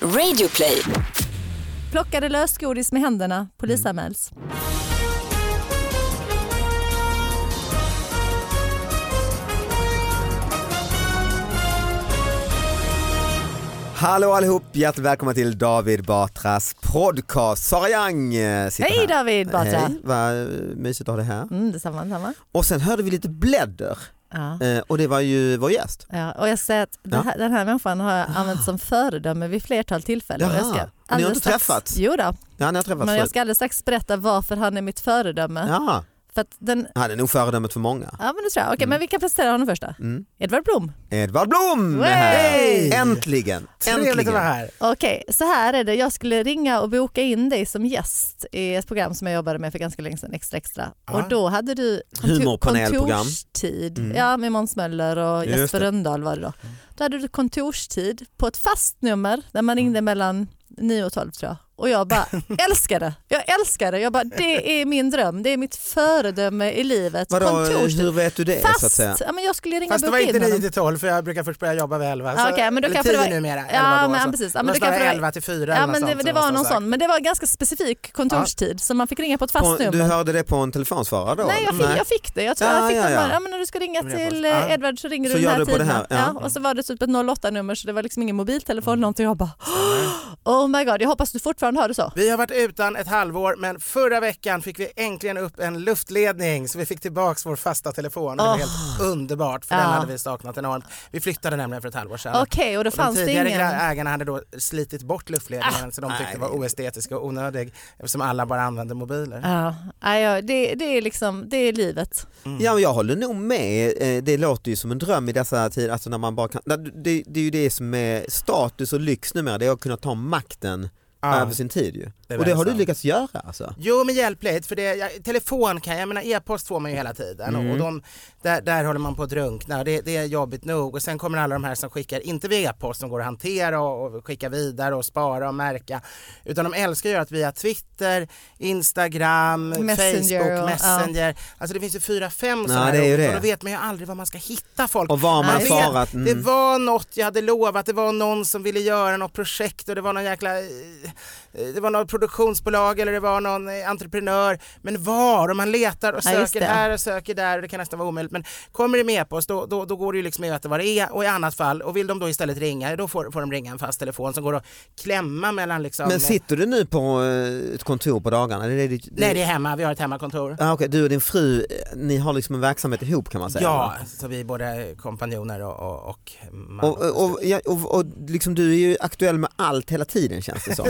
Radioplay. Plockade lösgodis med händerna, polisanmäls. Hallå allihop, hjärtligt välkomna till David Batras podcast. Sara Young eh, sitter Hej här. David Batra! Hej, vad eh, mysigt att ha dig här. Mm, detsamma, detsamma. Och sen hörde vi lite blädder Ja. eh, och det var ju vår gäst. Ja, och jag säger att det Ja. Ah. här, den här människan har jag använt som föredöme vid flertal tillfällen. Och jag Jaha, ska ni har inte alldeles strax- träffats? Jo då, Ja, ni har träffats men jag förut. ska alldeles strax berätta varför han är mitt föredöme. Ja, För att den, han är nog föredömet för många. ja men det tror jag. Okej, men vi kan presentera honom först då. Mm. Edvard Blom. Edvard Blom är Hey! här. Äntligen! Trevligt att vara Äntligen! här. Okej, så här är det. Jag skulle ringa och boka in dig som gäst i ett program som jag jobbade med för ganska länge sedan, Extra Extra. Ja. Och då hade du Ah. Humorpanelprogram. kontorstid Mm. ja, med Måns Möller och Just Jesper det. Mm. Rönndahl var det då. Då hade du kontorstid på ett fast nummer där man ringde Mm. mellan 9 och 12 tror jag. Och jag bara älskar det. Jag älskar det. Jag bara, det är min dröm. Det är mitt föredöme i livet. Vadå, kontorstid. hur vet du det så att Fast, säga? ja, men jag skulle ringa och Fast det var boka in inte 9 honom. till 12 för jag brukar först börja jobba vid 11. Ja, okej, men då eller kanske det 10 var- numera. 11 Ja, då, men alltså? så. precis. Ja, men då Det måste kanske det vara var- 11 till 4 Ja, men eller något det, sånt det som var måste någon ha sagt. sån, men det var ganska specifik kontorstid så man fick ringa på ett fast På, nummer. du hörde det på en telefonsvarare då? Nej, jag fick, jag fick det. Jag tror Ja, jag fick ja, de här, ja. ja, men när du ska ringa Men det till var- eh, ja. Edvard så ringer Så du den här gör du på det tiden. här, ja. Mm. och så var det typ ett 08-nummer så det var liksom ingen mobiltelefon eller någonting. Jag bara oh my god, jag hoppas du fortfarande har det så. Vi har varit utan ett halvår men förra veckan fick vi äntligen upp en luftledning så vi fick tillbaks vår fasta telefon. Det var Oh. helt underbart för Ja. den hade vi saknat enormt. Vi flyttade nämligen för ett halvår sedan. Okej, och då fanns de det tidigare ingen. Ah, gra- ägarna hade då slitit bort luftledningen som de tyckte nej. var oestetisk och onödig eftersom alla bara använde mobiler. Ja, nej, ja, det, det är liksom, det är livet. Mm. Ja, men jag håller nog med. Eh, Det låter ju som en dröm i dessa tider. Alltså när man bara kan... det, det- det är ju det som är status och lyx numera, det är att kunna ta makten Ja. över sin tid ju. Det är och det har du sant. lyckats göra alltså? Jo men hjälpligt, för det, jag, telefon kan jag, menar e-post får man ju hela tiden Mm. och de, där, där håller man på att drunkna och det, det är jobbigt nog och sen kommer alla de här som skickar, inte via e-post som går att hantera och, och skicka vidare och spara och märka utan de älskar att göra det via Twitter, Instagram, Messenger Facebook, och- Messenger. Alltså det finns ju fyra, fem sådana det är ju här det. och då vet man ju aldrig var man ska hitta folk. Och var man Nej, svarat? Det Mm. var något jag hade lovat, det var någon som ville göra något projekt och det var någon jäkla, eh, det var något produktionsbolag eller det var någon eh, entreprenör. Men var? Och man letar och Ja, just söker det. här och söker där och det kan nästan vara omöjligt. Men kommer det med e-post då, då, då går det ju liksom att veta vad det är och i annat fall, och vill de då istället ringa, då får, får de ringa en fast telefon som går att klämma mellan liksom. Men sitter du nu på eh, ett kontor på dagarna? Det är ditt- Nej det är hemma, vi har ett hemmakontor. Ah, okej, Du och din fru, eh, ni har liksom en verksamhet ihop kan man säga? Ja, va? så vi är både kompanjoner och, och, och man. Och, och, och, ja, och, och liksom, du är ju aktuell med allt hela tiden känns det som.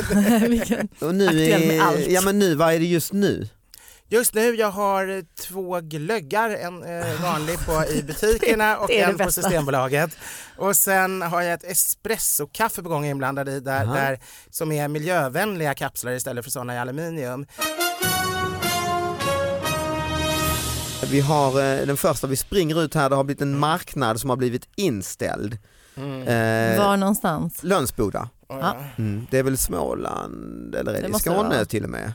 Vilken- Och nu Aktuell med är, allt. Ja men nu, vad är det just nu? Just nu jag har eh, två glöggar, en eh, vanlig på, i butikerna och det är det en på bästa. Systembolaget. Och sen har jag ett espressokaffe på gång inblandad i där, Aha. där, som är miljövänliga kapslar istället för sådana i aluminium. Vi har eh, den första, vi springer ut här, det har blivit en marknad som har blivit inställd. Eh, Var någonstans? Lönsboda. Och, Mm. Ja. Mm. Det är väl Småland eller är Det det, måste det Skåne vara. till och med.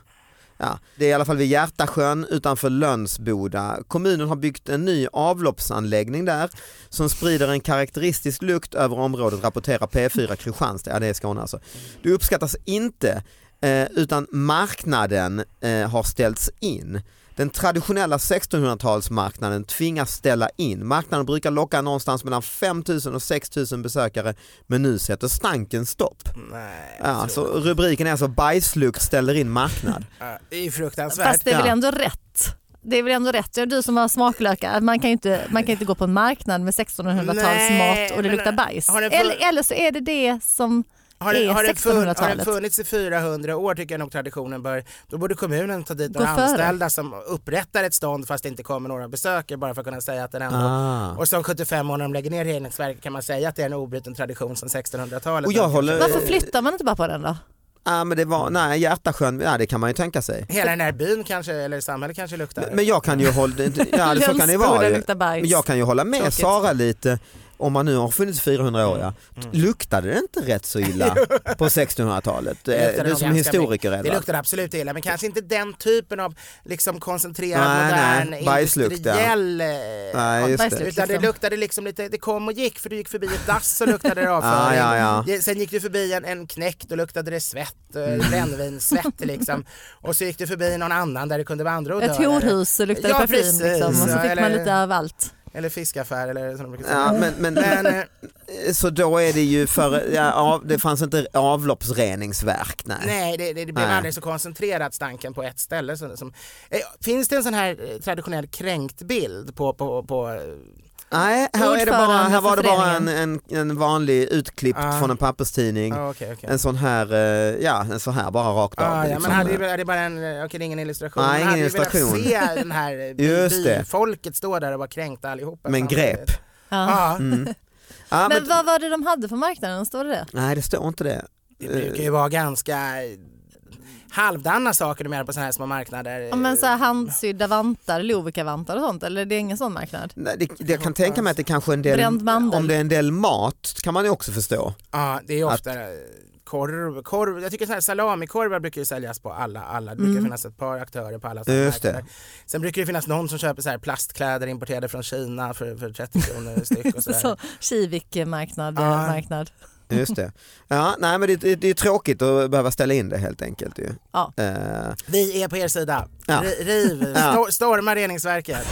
Ja, det är i alla fall vid Hjärtasjön utanför Lönsboda. Kommunen har byggt en ny avloppsanläggning där som sprider en karaktäristisk lukt över området rapporterar P4 Kristianstad. Ja, det är Skåne alltså. Det uppskattas inte eh, utan marknaden eh, har ställts in. Den traditionella 1600-talsmarknaden tvingas ställa in. Marknaden brukar locka någonstans mellan 5000 och 6000 besökare men nu sätter stanken stopp. Nej, Ja, så, så rubriken är alltså bajslukt ställer in marknad. ja, det är ju fruktansvärt. Fast det är väl Ja. ändå rätt. Det är väl ändå rätt, Ja, du som har smaklökar, att man kan ju inte, man kan inte gå på en marknad med 1600-talsmat Nej, och det men, eh, luktar bajs. har det för- Eller, eller så är det det som har, är den, har, den fun, har 1600-talet. den funnits i 400 år tycker jag nog traditionen bör, då borde kommunen ta dit Gå några före. anställda som upprättar ett stånd fast det inte kommer några besökare bara för att kunna säga att den ändå Ah. Och som 75 år när de lägger ner reningsverket kan man säga att det är en obruten tradition sedan 1600-talet. Och jag håller- Varför flyttar man inte bara på den då? Ja, men det var, nej, Hjärtasjön, ja, det kan man ju tänka sig. Hela den här byn kanske, eller samhället kanske luktar. Men jag kan ju hålla, ja, det- så kan det Lönsboda vara ju. luktar bajs. Men jag kan ju hålla med Tråkigt. Sara lite om man nu har funnits 400 år, ja, Mm. luktade det inte rätt så illa på 1600-talet? Eh, luktade Du nog som ganska historiker mycket. Det Edvard. luktar absolut illa, men kanske inte den typen av liksom koncentrerad, Nej, nej. modern, Bajslukt, ja. industriell... eh, Nej, just det. Bajslukt. Utan det luktade liksom lite, det kom och gick för du gick förbi ett dass och luktade det avföring. Ah, ja, ja. Mm. Ja, Sen gick du förbi en, en knäckt och luktade det svett, eh, brännvinssvett liksom. Och så gick du förbi någon annan där det kunde vara andra Ett odörer. horhus luktade Ja, parfym precis. liksom, och så Ja, fick eller- man lite av allt. Eller fiskaffär eller som de brukar säga. Ja, men, men, Men, eh, så då är det ju för, ja, av, det fanns inte avloppsreningsverk. Nej. nej, det, det, det blev Nej. aldrig så koncentrerat stanken på ett ställe. Som, som, eh, finns det en sån här eh, traditionell kränkt bild på, på, på eh, Nej, här, är det bara, Ordförande för här var det bara en, föreningen. en, en vanlig utklippt Ah. från en papperstidning. Ja, Ah, okej, okej. En sån här, eh, ja en sån här bara rakt av. Ah, ja, liksom. men hade ju, är det bara en, eh, okej det är ingen illustration, Nej, men hade ingen ju illustration. velat se den här eh, Just det. byfolket stå där och vara kränkta allihopa. Men Ah. samtidigt. grep. Ja. Ja, Mm. Ja, men, Men vad var det de hade på marknaden? Står det det? nej det står inte det. det brukar ju vara ganska eh, halvdana saker de gör på sådana här små marknader. Ja, men så här handsydda vantar, Lovikka-vantar och sånt, eller det är ingen sån marknad? Nej, det, det jag kan tänka mig att det kanske är en del, Bränd mandel. om det är en del mat kan man ju också förstå. Ja, det är ofta eh, korv, korv. Jag tycker sådana här salamikorvar brukar ju säljas på alla, alla. Det brukar finnas ett par aktörer på alla sådana Mm. Just det. marknader. Sen brukar det finnas någon som köper så här plastkläder importerade från Kina för, för 30 kronor styck och sådär. Så Kivik-marknad. eh, Ja. marknad. Just det. Ja, nej, men det, det, det är tråkigt att behöva ställa in det helt enkelt. Ju. Ja. Eh, Vi är på er sida. Ja. Ri- Riv, Ja. stor, storma reningsverket.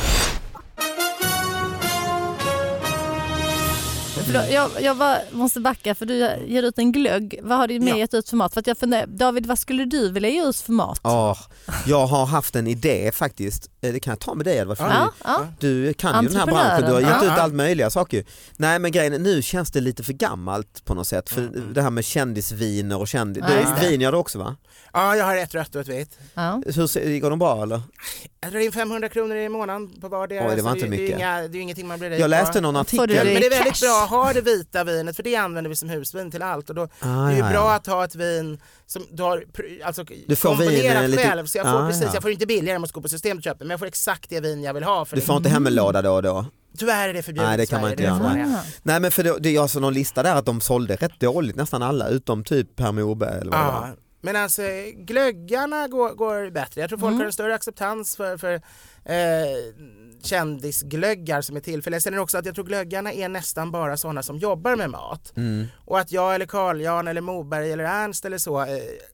Mm. Förlåt, jag, jag bara måste backa för du ger ut en glögg. Vad har du med Ja. gett ut för mat? För att jag funderar, David, vad skulle du vilja ge ut för mat? ja, jag har haft en idé faktiskt, Eh, det kan jag ta med dig Edvard. för Ja, ja. Du kan ju den här Entreprenören. branschen, du har gett ut Ja, ja. allt möjliga saker. ju. Nej men grejen är, nu känns det lite för gammalt på något sätt. För Mm. Det här med kändisviner och kändis... Ja, du, just vin gör du också va? Ja, jag har ett rött och ett vitt. Ja. Hur, ser- går de bra eller? Jag drar in 500 kronor i månaden på vardera. Oj, det var så inte det, Det är, mycket. ju inga, det är ju ingenting man blir rik Jag läste av. någon Får du artikel. det? Men det är väldigt Cash. bra att ha det vita vinet för det använder vi som husvin till allt. Och då, Ah, det är ju ja, bra ja. att ha ett vin som du har pr- alltså, Du får komponerat vin, eh, lite- själv. Så jag får, Ah, precis, ja. jag får inte billigare om jag ska gå på systemet och köpa men jag får exakt det vin jag vill ha. För Du får det, inte hem en låda då och då? tyvärr är det förbjudet Nej, det i kan man Sverige, inte det är göra. så det är. Nej men för det, det, jag såg någon lista där att de sålde rätt dåligt nästan alla utom typ Per Morberg eller vad det var. Ja. Men alltså glöggarna går, går bättre. Jag tror Mm. folk har en större acceptans för, för eh, kändisglöggar som är tillfälliga. Sen är det också att jag tror glöggarna är nästan bara sådana som jobbar med mat. Mm. Och att jag eller Carl Jan eller Moberg eller Ernst eller så eh,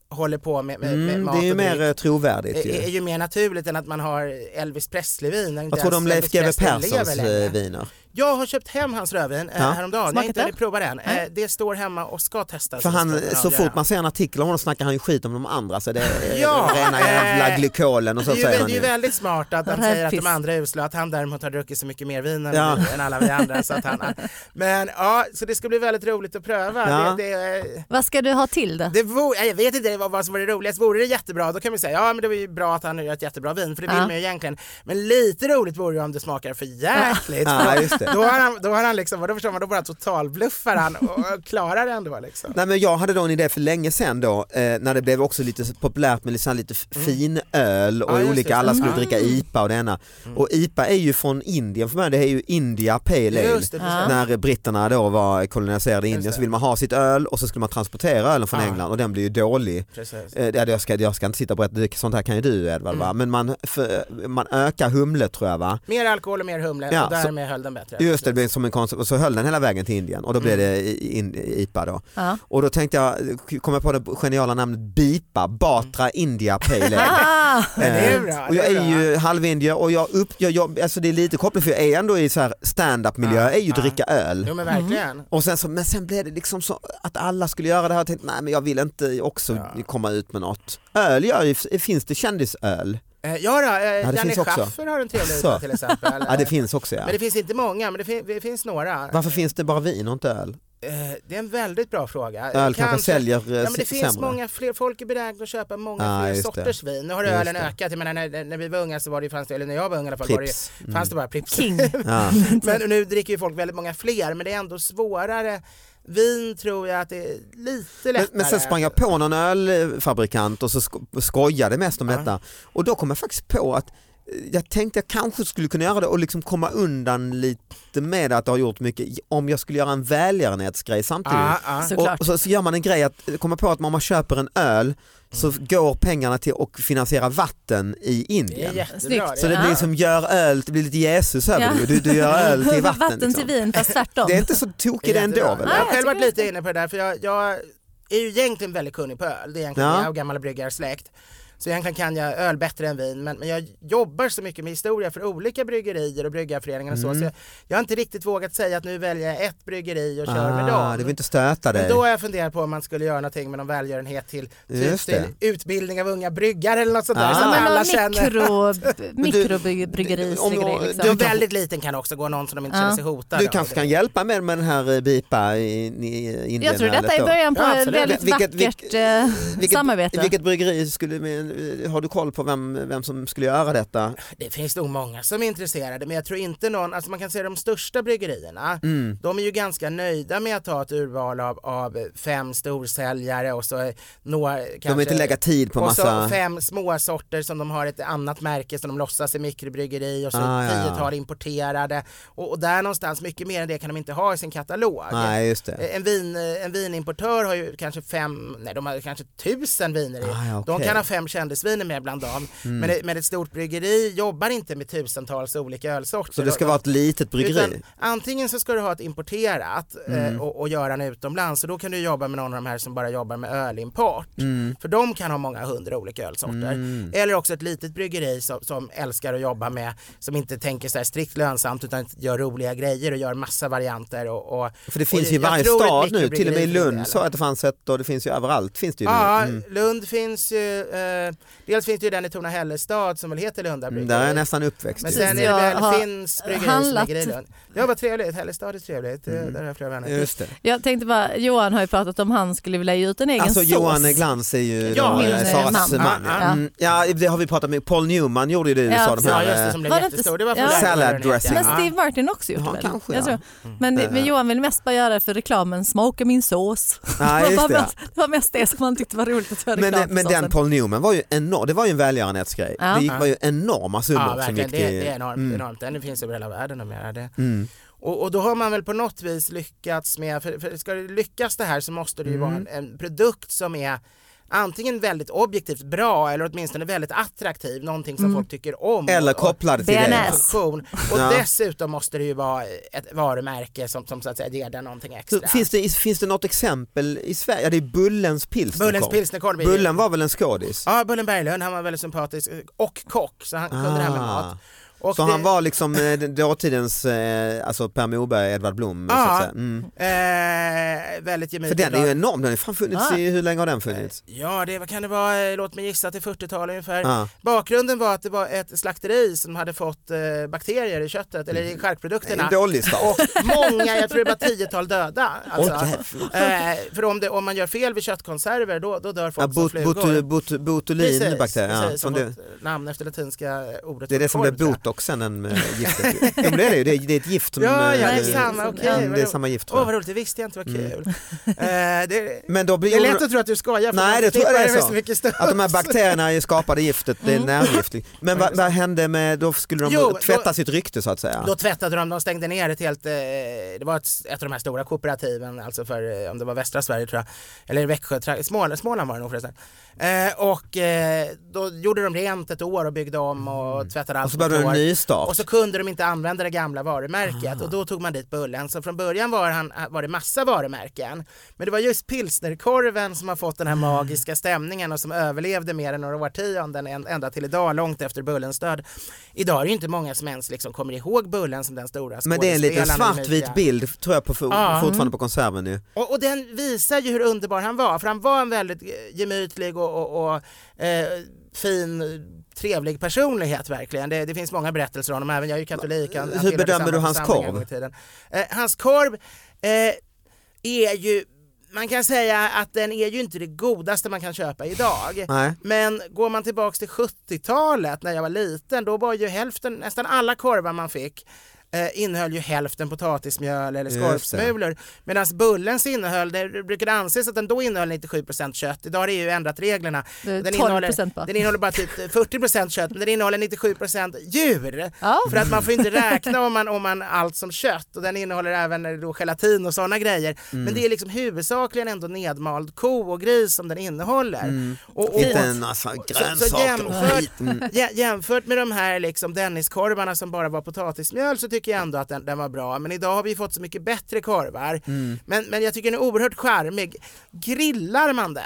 håller på med, med, med Mm, mat det är ju och mer dryck. eh, trovärdigt är, är ju. ju mer naturligt än att man har Elvis Presley-vin. när inte Vad tror du om ens Leif Elvis GW Presley Perssons lever längre. eh, viner? Jag har köpt hem hans rödvin eh, Ja. häromdagen. Jag har Smakat inte hunnit det? prova det än. Eh, Nej. det står hemma och ska testas. För han, Alltså, ska kunna så avgöra. fort man ser en artikel om honom snackar han ju skit om de andra så det är Ja. rena jävla Eh, glykolen och så det, är ju, säger vä- han det är ju ju. väldigt smart att han Rävfisk. säger att de andra är usla, att han däremot har druckit så mycket mer vin än, Ja. än alla vi andra. Så att han, men ja, så det ska bli väldigt roligt att pröva. Ja. Det, det, Vad ska du ha till det? det vore, nej, jag vet inte vad, vad som vore roligast, vore det jättebra då kan man säga ja men det var ju bra att han gör ett jättebra vin för det vill Ja. man ju egentligen. Men lite roligt vore ju om det smakar för jäkligt. Ja, just det. Då har han, då har han liksom, då förstår man, då bara totalbluffar han och, och klarar det ändå liksom. Nej, men jag hade då en idé för länge sedan då, eh, när det blev också lite populärt med liksom lite f- fin öl och Mm. Ja, just olika, det. alla skulle Mm. dricka IPA och det ena. Och IPA är ju från Indien för mig, det är ju India Pale Ale. Just det, Ja. När britterna då var koloniserade i Just Indien det. så ville man ha sitt öl och så skulle man transportera ölen från Ah. England och den blir ju dålig. precis. Eh, ja, Jag ska, jag ska inte sitta och berätta, det- sånt här kan ju du Edvard Mm. va? men man, för, man ökar humle tror jag va? Mer alkohol och mer humle Ja, och så- därmed höll den bättre. Just det, det blev som en konst, och så höll den hela vägen till Indien och då blev Mm. det i- in- IPA då. Ja. Och då tänkte jag, kom jag på det geniala namnet BIPA, Batra India Pale Ale. Eh, Ah, Men det är bra, och jag det är är ju halvindier och jag upp, jag, jag, alltså det är lite kopplat för jag är ändå i så här stand-up miljö, jag är ju Ja. dricka öl. Jo men verkligen. Och sen så, men sen blev det liksom så att alla skulle göra det här och tänkte nej men jag vill inte också Ja. komma ut med något. Öl gör ju, finns det kändisöl? Eh, ja, då, eh, det Janne finns också. Schaffer har en trevlig Så. uta till exempel. Ja det Eh, finns också ja. Men det finns inte många, men det, fin- det finns några. Varför finns det bara vin och inte öl? Eh, det är en väldigt bra fråga. Öl kanske, säljer eh, Ja, men det s- finns sämre. många fler, folk är benägna att köpa många Ah, fler just det. sorters vin. Nu har Just ölen det. ökat, jag menar när, när vi var unga så var det ju, fanns det, eller när jag var ung i alla fall, var det, Prips. Mm. ju- fanns det bara Pripps. King. Ja. Men nu dricker ju folk väldigt många fler, men det är ändå svårare. Vin tror jag att det är lite Men, lättare. men sen sprang jag på någon ölfabrikant och så sko- skojade mest om Ja. detta och då kom jag faktiskt på att eh, jag tänkte jag kanske skulle kunna göra det och liksom komma undan lite med att det har gjort mycket om jag skulle göra en välgörenhetsgrej samtidigt. Ah, ah. Såklart. Och så, så gör man en grej att eh, komma på att om man köper en öl så går pengarna till att finansiera vatten i Det är Indien. jättebra. Snyggt. Så det Ja. blir som gör öl, det blir lite Jesus över Ja. det. Du, du gör öl till vatten. vatten till liksom. vin fast tvärtom. Det är inte så tokigt ändå Jag väl? Nej, har jag själv tycker varit det är lite inne på det där för jag, jag är ju egentligen väldigt kunnig på öl, det är egentligen Ja. jag och gamla bryggarsläkt. Så egentligen kan jag öl bättre än vin men, men jag jobbar så mycket med historia för olika bryggerier och bryggarföreningar och så, Mm. så jag, jag har inte riktigt vågat säga att nu väljer jag ett bryggeri och kör med Ah, dem. det vill inte stöta Men dig. då har jag funderat på om man skulle göra någonting med någon välgörenhet till, typ Just det. till utbildning av unga bryggare eller något sånt där. Ah. Så Ja, att men alla någon känner. mikro, du- om- mikrobryggerisgrej. du De Liksom. kanske- väldigt liten kan också gå någon som de inte Ja. känner sig hotade Du av. kanske kan hjälpa mig med den här eh, bipa i, i Indien. Jag tror detta är då. början på Ja, ett absolut. väldigt Vilket- vilket- vackert eh, samarbete. Vilket bryggeri skulle, men, har du koll på vem, vem som skulle göra detta? Det finns nog många som är intresserade men jag tror inte någon, alltså man kan säga de största bryggerierna, Mm. de är ju ganska nöjda med att ha ett urval av, av fem storsäljare och så eh, några kanske... De vill inte lägga tid på och massa... så fem små sorter som de har ett annat märke som de låtsas är mikrobryggeri och så Ah, ah, ja, ja. tiotal importerade och, och där någonstans, mycket mer än det kan de inte ha i sin katalog. Nej, just det. Eh, En, vin, eh, en vinimportör har ju kanske fem, nej de har kanske tusen viner i. Ah, ja, De okej. Mm. kan ha fem kändisviner med bland dem. Men, ett- men ett stort bryggeri jobbar inte med tusentals olika ölsorter. Så det ska vara ett litet bryggeri? eh, Mm. Utan antingen så ska du ha ett importerat eh, och, och göra en utomlands och då kan du jobba med någon av de här som bara jobbar med ölimport. Mm. För de kan ha många hundra olika ölsorter. Eller också ett litet bryggeri som, som älskar att jobba med, som inte tänker så här strikt lönsamt utan gör roliga grejer och gör massa varianter. Och, och, För det och finns ju i Eh, jag varje tror ett stad nu, mikrobryggeri till och med i finns det, Lund eller? sa jag att det fanns ett och det finns ju överallt. Finns det ju Ja, nu. Mm. Lund finns ju, eh, dels finns det ju den i Torna-Hällestad som väl heter Lunda Mm, bryggeri. Där är jag nästan uppväxt. Men ju. sen är Jag det har väl Finns bryggeri som handlat- ligger i Lund. Ja vad trevligt, Hällestad är trevligt, mm. där har jag flera vänner. Just det. Jag tänkte bara, Johan har ju pratat om han skulle vilja ge ut en egen Alltså sås. Johan Glans är ju Ja, då, min, eh, eh, Saras man. man. Ah, Ja. ah. Mm, ja, det har vi pratat med. Paul Newman gjorde ju det i Ja, USA. De Ja här, eh, just det, som blev Var det inte- jättestor. Det var ja. populär, Salad vad den heter. dressing. Men Ja. Steve Martin har också gjort Ja, det väl? kanske, jag ja. tror. Men, det, Eh. men Johan vill mest bara göra det för reklamen, smaka min sås. Ja, det, just var det. mest, det var mest det som han tyckte var roligt att göra Men, reklam för men den såsen. Paul Newman var ju enorm, det var ju en välgörenhetsgrej. Ja. Det gick, Ja. var ju enorma summor Ja som verkligen, gick det, till... det är enormt. Mm. enormt. Den finns över hela världen numera. Det. Mm. Och, och då har man väl på något vis lyckats med, för, för ska det lyckas det här så måste det ju vara Mm. en, en produkt som är antingen väldigt objektivt bra eller åtminstone väldigt attraktiv, någonting som folk tycker om. Mm. Eller och, och, kopplade till det. BNS. funktion. Och Ja. dessutom måste det ju vara ett varumärke som, som så att säga ger den någonting Så extra. Finns det, finns det något exempel i Sverige? Ja, det är Bullens pilsnerkorv. Bullens pilsnerkorv. är ju- Bullen var väl en skådis? Ja, Bullen Berglund, han var väldigt sympatisk och kock så han kunde det här med mat. Och Ah. Så det- han var liksom eh, den dåtidens eh, alltså Per Morberg, Edvard Blom? Så Ja. att säga. Mm. Eh, väldigt gemyt. För den och är ju bra. enorm, den har fan funnits Ja. i, hur länge har den funnits? Ja, det vad kan det vara, eh, låt mig gissa till 40-talet ungefär. Ja. Bakgrunden var att det var ett slakteri som hade fått eh, bakterier i köttet, eller i En charkprodukterna. dålig start. Och många, jag tror det var tiotal döda. Alltså. Åh, jävlar. eh, för om, det, om man gör fel vid köttkonserver då, då dör Ja, folk som bot, flugor. bot, bot, botulinbakterier, ja, precis, som som det, fått namn efter latinska ordet. det är det för som korv, blev tror jag. botoxen, den med giftet. ja, men det är det ju, det är, det är ett gift som... Ja, eh, ja, det Nej, är samma, liksom, okej. ja. vad Mm, det är roligt. samma gift Åh tror vad jag. roligt, det visste jag inte, vad Mm. kul. Eh, det, Men då blir det är lätt att tro att du skojar för Nej, man det tror jag förknippar det är med så. mycket större. Att de här bakterierna ju skapade giftet, det är Mm. nervgift. Men vad, vad hände med, då skulle de Jo, tvätta då- sitt rykte så att säga? Då tvättade de, de stängde ner ett helt, eh, det var ett, ett av de här stora kooperativen, alltså för, eh, om det var västra Sverige tror jag, eller Växjö, tra- Småland, Småland var det nog förresten. Eh, och eh, då gjorde de rent ett år och byggde om och tvättade Mm. allt och så på ett började de en år. ny start. Och så kunde de inte använda det gamla varumärket och Ah. då tog man dit Bullen. Så från början var, han, äh, var det massa varumärken. Men det var just pilsnerkorven som har fått Ah. den här magiska stämningen och som överlevde mer än några årtionden än- ända till idag, långt efter Bullens död. Idag är det ju inte många som ens liksom kommer ihåg Bullen som den stora Men det är en liten skådespelaren och svartvit mysiga. bild tror jag på, for, Ja. Mm. fortfarande på konserven ju. Och, och den visar ju hur underbar han var, för han var en väldigt eh, gemytlig och, och, och eh, fin, trevlig personlighet verkligen. Det, det finns många berättelser om honom, även jag är ju katolik. Han, han Hur tillhörde bedömer samma du hans församling en korv? gång i tiden. Eh, hans korv eh, är ju, man kan säga att den är ju inte det godaste man kan köpa idag. Nej. Men går man tillbaks till 70-talet när jag var liten, då var ju hälften, nästan alla korvar man fick eh, innehöll ju hälften potatismjöl eller Just skorpsmulor. Medan bullens innehöll, det brukade anses att den då innehöll 97% kött. Idag har EU ändrat reglerna. Det är Den 12 innehåller, bara. den innehåller bara typ 40% kött men den innehåller 97% djur. Ja. För att man får inte räkna om man, om man allt som kött och den innehåller även eh, då gelatin och sådana grejer. Men det är liksom huvudsakligen ändå nedmald ko och gris som den innehåller. Och, och, Inte en massa så grönsaker och skit. jämfört, Mm. jä- jämfört med de här liksom Denniskorvarna som bara var potatismjöl så tycker jag ändå att den, den var bra. Men idag har vi fått så mycket bättre korvar. Mm. Men, men jag tycker den är oerhört charmig. Grillar man den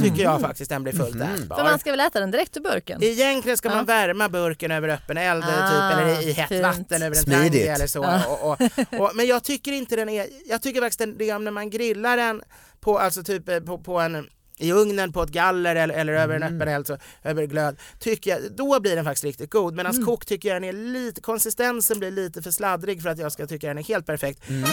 Mm. tycker jag faktiskt den blir fullt ätbar. För man ska väl äta den direkt ur burken? Egentligen ska man Ja. värma burken över öppen eld Ah, typ, eller i hett fint. Ah. vatten över en Smidigt. tanke eller så. Och, och, och, men jag tycker inte den är, jag tycker faktiskt den, det är när man grillar den på, alltså typ eh, på, på en i ugnen på ett galler eller, eller över en öppen eld, så, över glöd, tycker jag, då blir den faktiskt riktigt god. Medan Mm. kokt tycker jag den är lite, konsistensen blir lite för sladdrig för att jag ska tycka den är helt perfekt. Mm.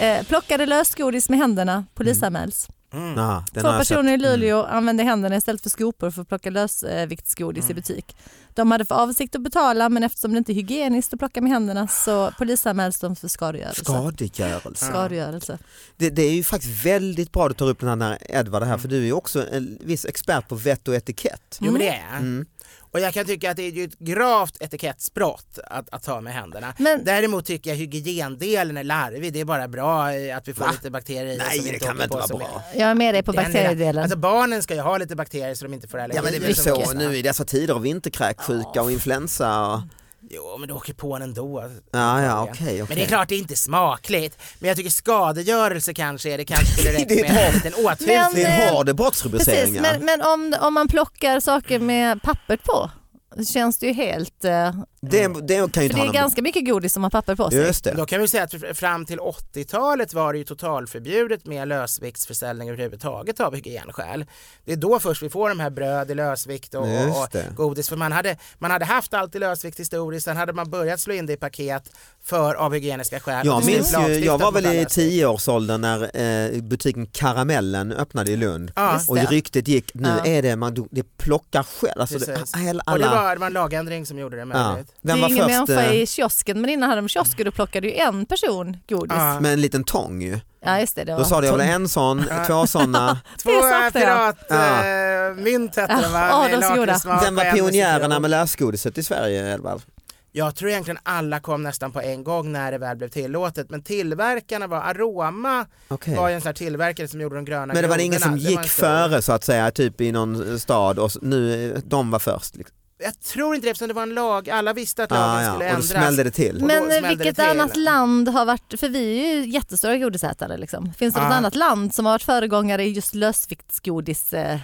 Eh, plockade lösgodis med händerna, polisanmäls. Ja, Mm. den Två har jag sett. Mm. personer i Luleå använde händerna istället för skopor för att plocka lösviktsgodis Mm. i butik. De hade för avsikt att betala men eftersom det inte är hygieniskt att plocka med händerna så polisanmäls de för skadegörelse. Skadegörelse. Skadegörelse. Det, det är ju faktiskt väldigt bra att du tar upp den här Edvard här för du är ju också en viss expert på vett och etikett. Jo men det Mm. är jag. Och jag kan tycka att det är ju ett gravt etikettsbrott att, att ta med händerna. Men- Däremot tycker jag hygiendelen är larvig, det är bara bra eh, att vi får Va? lite bakterier i oss Nej, som vi det alltså, inte kan åker väl inte på vara som bra? är- Jag är med dig på Den lilla- bakteriedelen. Alltså barnen ska ju ha lite bakterier så de inte får allergier. Ja Liksom. men det är väl som så vuxna. nu i dessa tider av vinterkräksjuka och influensa. Och... Jo men du åker på den ändå. Ja, ja, okej. Men okej. det är klart det är inte smakligt. Men jag tycker skadegörelse kanske är det kanske skulle räcka Det är med en liten åthutning. Det är en Men, hård Precis, brottsrubricering. ja. men, men om, om man plockar saker med papper på så känns det ju helt... eh, Det, det kan ju För inte det ha är någon... ganska mycket godis som har papper på sig. Just det. Då kan vi säga att fr- fram till 80-talet var det ju totalförbjudet med lösviktsförsäljning överhuvudtaget av hygienskäl. Det är då först vi får de här bröd i lösvikt och, och, Just och det. Typ godis. För man hade, man hade haft allt i lösvikt historiskt, sen hade man börjat slå in det i paket för, av hygieniska skäl. Och Jag till slut minns ju, lagstiftat jag var mot väl all i lösvikt. tioårsåldern när eh, butiken Karamellen öppnade i Lund. Ja. Just Och det. ryktet gick, nu Ja. är det man det plockar själv. Alltså, det, Precis. hela- Och det alla, var, det var en lagändring som gjorde det ja. möjligt. Det Vem är var ingen först människa eh, i kiosken men innan hade de kiosker då plockade ju en person godis. Ja, Ja. eh, med en liten tång ju. just det, det Ah. Då var sa du jag vill ha en en sån, två såna. Två Det saknar jag. Ja. piratmynt hette den va? Ja, Med de som gjorde. lakritsmak Vem och var ämnes- pionjärerna med lösgodiset i Sverige Edvard? Jag tror egentligen alla kom nästan på en gång när det väl blev tillåtet men tillverkarna var Aroma Okej. var ju en sån här tillverkare som gjorde de gröna Men det var grodorna. ingen som Det var gick en stor- före så att säga, typ i någon stad och s- nu, eh, de var först. Liksom. Jag tror inte det eftersom det var en lag, alla visste att lagen Ah, skulle ja. Och då ändras. smällde det till. Och då Men smällde vilket det till. annat land har varit, för vi är ju jättestora godisätare liksom. Finns det något Ah. Ja. annat land som har varit föregångare i just lösviktsgodis? eh,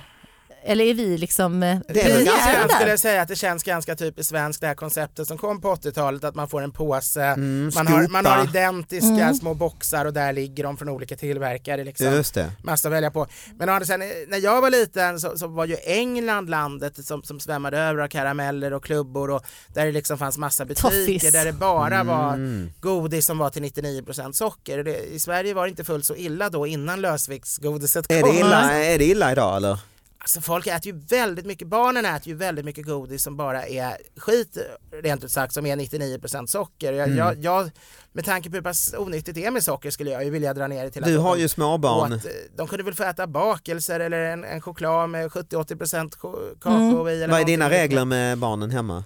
Eller är vi liksom eh, Det är väl Jag ganska- skulle- pionjärer Jag skulle där? säga att det känns ganska typiskt svenskt det här konceptet som kom på 80-talet att man får en påse, Mm, man, har, man har skopa. Mm. identiska små boxar och där ligger de från olika tillverkare. Liksom. Just det. massa att välja på. Men å andra sidan, eh, när jag var liten så, så var ju England landet som, som svämmade över av karameller och klubbor och där det liksom fanns massa butiker Toffees. där det bara var Mm. godis som var till 99% socker. Det, I Sverige var det inte fullt så illa då innan lösviktsgodiset kom. Är det, illa, är det illa idag eller? Alltså folk äter ju väldigt mycket, barnen äter ju väldigt mycket godis som bara är skit rent ut sagt som är 99% socker. Jag, Mm. jag, jag, med tanke på hur pass onyttigt det är med socker skulle jag ju vilja dra ner det till att Du har de- ju småbarn. åt, eh, de kunde väl få äta bakelser eller en, en choklad med 70-80% cho- kakao i. Eller Mm. Vad är dina någonting. regler med barnen hemma?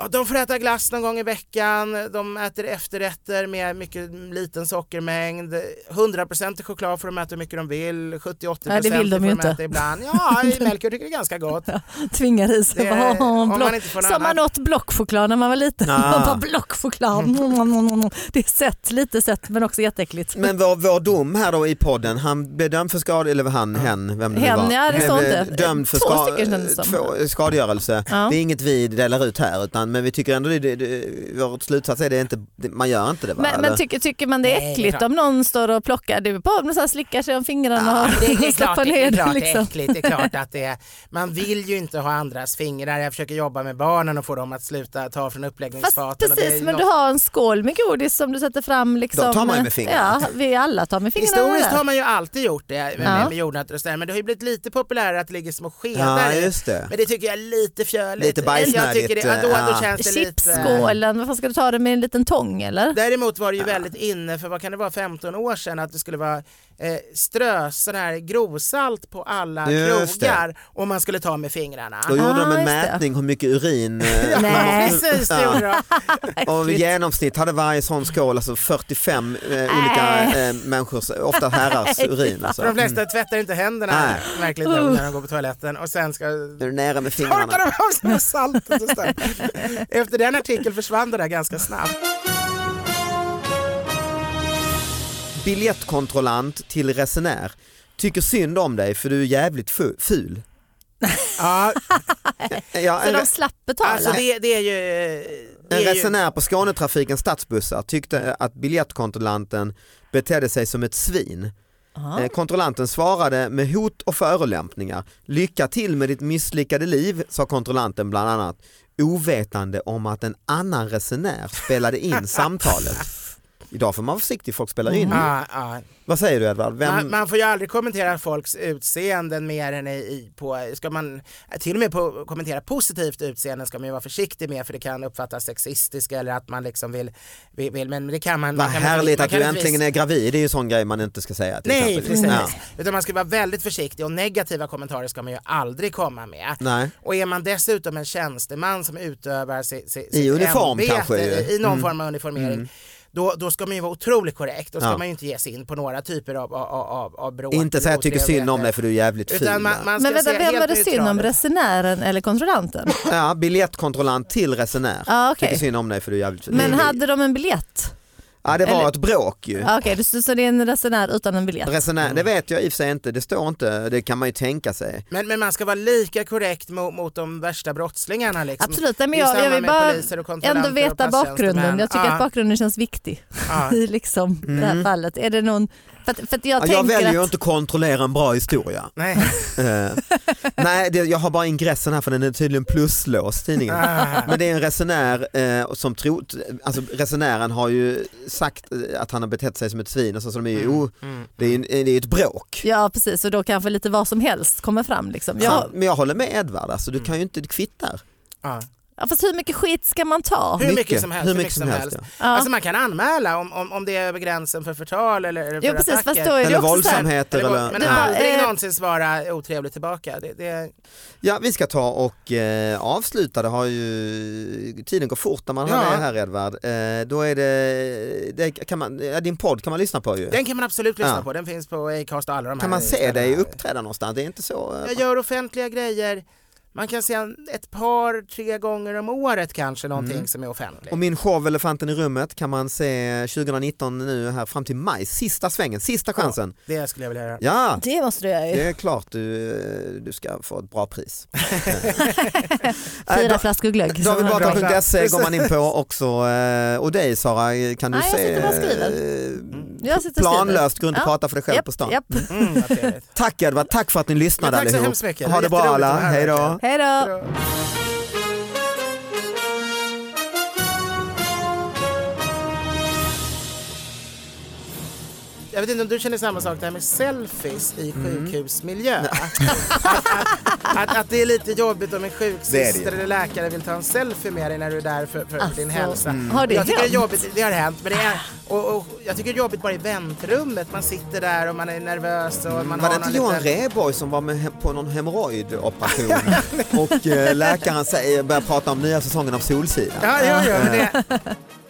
Ja, de får äta glass någon gång i veckan, de äter efterrätter med mycket liten sockermängd, 100% choklad får de äta hur mycket de vill, 70-80% Nej, det vill de får ju de inte. äta ibland. Ja, Melker tycker det är ganska gott. Tvingar i sig. Det- bara, "Åh, om man block." inte får någon Som man annan. åt blockchoklad när man var liten. Ah. Man bara blockchoklad. Mm. Mm, Det är sött, lite sött men också jätteäckligt. Men vår, vår dom här då i podden, han blev dömd för skade, eller han, hen, vem det nu Hen, var. ja, det Blev står inte. Dömd för Två ska, stycken kändes det som. två eh, skadegörelse. Ja. Det är inget vi delar ut här utan, men vi tycker ändå det, det, det, vår slutsats är det inte, det, man gör inte det va? Men, eller? men tycker, tycker man det är Nej, äckligt det är om någon står och plockar det på men så här slickar sig om fingrarna Ja, och det är klart, stoppar det ner är det? klart det är Liksom. äckligt. Det är klart att det är. Man vill ju inte ha andras fingrar. Jag försöker jobba med barnen och få dem att sluta ta från uppläggningsfaten. Fast och det är precis, ju men du något- har en skål med godis som du sätter fram. Liksom. Då tar man ju med fingrarna. Ja, vi alla tar med fingrarna. Historiskt där. har man ju alltid gjort det med, Ja. med, med jordnötter och sådär men det har ju blivit lite populärare att det ligger små skedar Ja i. just det. Men det tycker jag är lite fjöligt. Lite bajsnödigt, Jag tycker det, ja, då, ja. då känns det lite... Chipsskålen, vad fan ska du ta det med en liten tång eller? Däremot var det ju väldigt inne för vad kan det vara 15 år sedan att det skulle vara eh, strö sån här grovsalt på alla Just det. krogar och man skulle ta med fingrarna. Då gjorde de Ah, en just det. mätning hur mycket urin eh, Nej. Precis, det gjorde de. och i genomsnitt hade varje sån skål alltså 45 eh, olika Äh. eh, människors, ofta herrars urin. Alltså. För de flesta tvättar inte händerna Nej. märkligt nog när de går på toaletten och sen ska Nu är det nära med fingrarna. torkar de av sig med saltet och sånt. Efter den artikeln försvann det där ganska snabbt. Biljettkontrollant till resenär. Tycker synd om dig för du är jävligt fu- ful. Ja, Ja, Så en, de slapp betala. alltså det, det är ju... Det en är ju resenär på Skånetrafikens stadsbussar tyckte att biljettkontrollanten betedde sig som ett svin. Ja. Eh, Kontrollanten svarade med hot och förolämpningar. Lycka till med ditt misslyckade liv, sa kontrollanten bland annat, ovetande om att en annan resenär spelade in samtalet. Idag får man vara försiktig, folk spelar in. Mm. ja, ja. Vad säger du Edvard? Vem... Man, man får ju aldrig kommentera folks utseenden mer än i, i på, ska man till och med på, kommentera positivt utseende ska man ju vara försiktig med för det kan uppfattas sexistiskt eller att man liksom vill, vill, vill men det kan man. Vad man kan, härligt man att kan du inte äntligen visa- är gravid, det är ju sån grej man inte ska säga. Till Nej, exempel. precis. Ja. Utan man ska vara väldigt försiktig och negativa kommentarer ska man ju aldrig komma med. Nej. Och är man dessutom en tjänsteman som utövar sitt, sitt, I sitt uniform ämbete, kanske ju. Mm. i någon form av uniformering, då, då ska man ju vara otroligt korrekt. Då ska Ja. man ju inte ge sig in på några typer av, av, av, av bråk. Inte säga jag tycker synd om dig otrevligheter. för du är jävligt ful. Utan man, man ska Men vänta, se vem helt var det synd om? neutralt. Resenären eller kontrollanten? Ja, biljettkontrollant till resenär. Ja, okej. Tycker synd om dig för du är jävligt ful. Men hade de en biljett? ja, det var eller- ett bråk ju. Ja, Okej, du- så det är en resenär utan en biljett. Resenär, det vet jag i och för sig inte, det står inte, det kan man ju tänka sig. Men, men man ska vara lika korrekt mot, mot de värsta brottslingarna. Liksom. Absolut, nej, Det men är jag, samma jag vill med bara poliser och kontrollanter ändå och veta passtjänstemän. bakgrunden. Jag tycker Ja, att bakgrunden känns viktig ja. i liksom, det här fallet. Är det någon, för att, för att jag Jag, tänker väljer ju att, inte att kontrollera en bra historia. Nej. Eh, nej, det, jag har bara ingressen här för den är tydligen pluslåst tidningen. Ah. Men det är en resenär eh, som trott, alltså resenären har ju sagt eh, att han har betett sig som ett svin och så, så de är ju, o- Mm. det är ju det är ju ett bråk. Ja precis, och då kanske lite vad som helst kommer fram. Liksom. Ja, Jag, men jag håller med Edvard, alltså, du kan ju inte, det kvittar. Ja. ja, fast hur mycket skit ska man ta? Mm. Hur mycket som helst, Hur mycket som helst. ja. Ja. Alltså man kan anmäla om, om, om det är över gränsen för förtal eller, eller jo för precis, fast attacker. då är det Eller också så här, våldsamheter. Eller, Eller, men Ja. ja. aldrig Eh. någonsin svara otrevligt tillbaka. Det, det, ja, vi ska ta och eh, avsluta, det har ju, tiden går fort när man Ja. har det här Edvard. Eh, då är det, det kan man, ja, din podd kan man lyssna på ju. den kan man absolut lyssna Ja. på, den finns på Acast och alla de här. Kan man se dig ställena. uppträda någonstans? Det är inte så... eh, Jag gör offentliga grejer, man kan se en- ett par, tre gånger om året kanske någonting Mm. som är offentligt. Och min show Elefanten i rummet kan man se 2019 nu här fram till maj, sista svängen, sista chansen. Det skulle jag vilja göra. Ja, Det måste du göra ju. det är klart du, eh, du ska få ett bra pris. Eh, Fyra flaskor glögg. som man drar. Davidbatra.se E går man in på också eh, och dig Sara kan du Nej, jag se sitter bara och skriver. eh, Jag sitter och planlöst, gå runt och Ja. prata för dig själv Japp, på stan. japp. Mm, vad trevligt. Tack Edvard, tack för att ni lyssnade Ja, tack så allihop. hemskt mycket. Det Ha var det bra jätteroligt alla, att vara här hej då. verkligen. Hej då. Jag vet inte om du känner samma sak, det här med selfies i Mm. sjukhusmiljö. att, att, att, att det är lite jobbigt om en Det är det sjuksyster ju. eller läkare vill ta en selfie med dig när du är där för, för Alltså, din hälsa. mm. har det jag tycker det, är hänt? jobbigt, det har hänt. Men det är, och, och, jag tycker det är jobbigt bara i väntrummet. Man sitter där och man är nervös. Och man Var har det inte någon Johan liten- Rheborg som var med he- på någon hemorrojdoperation och eh, läkaren säger, börjar prata om nya säsongen av Solsidan? Ja, ja, ja, men det,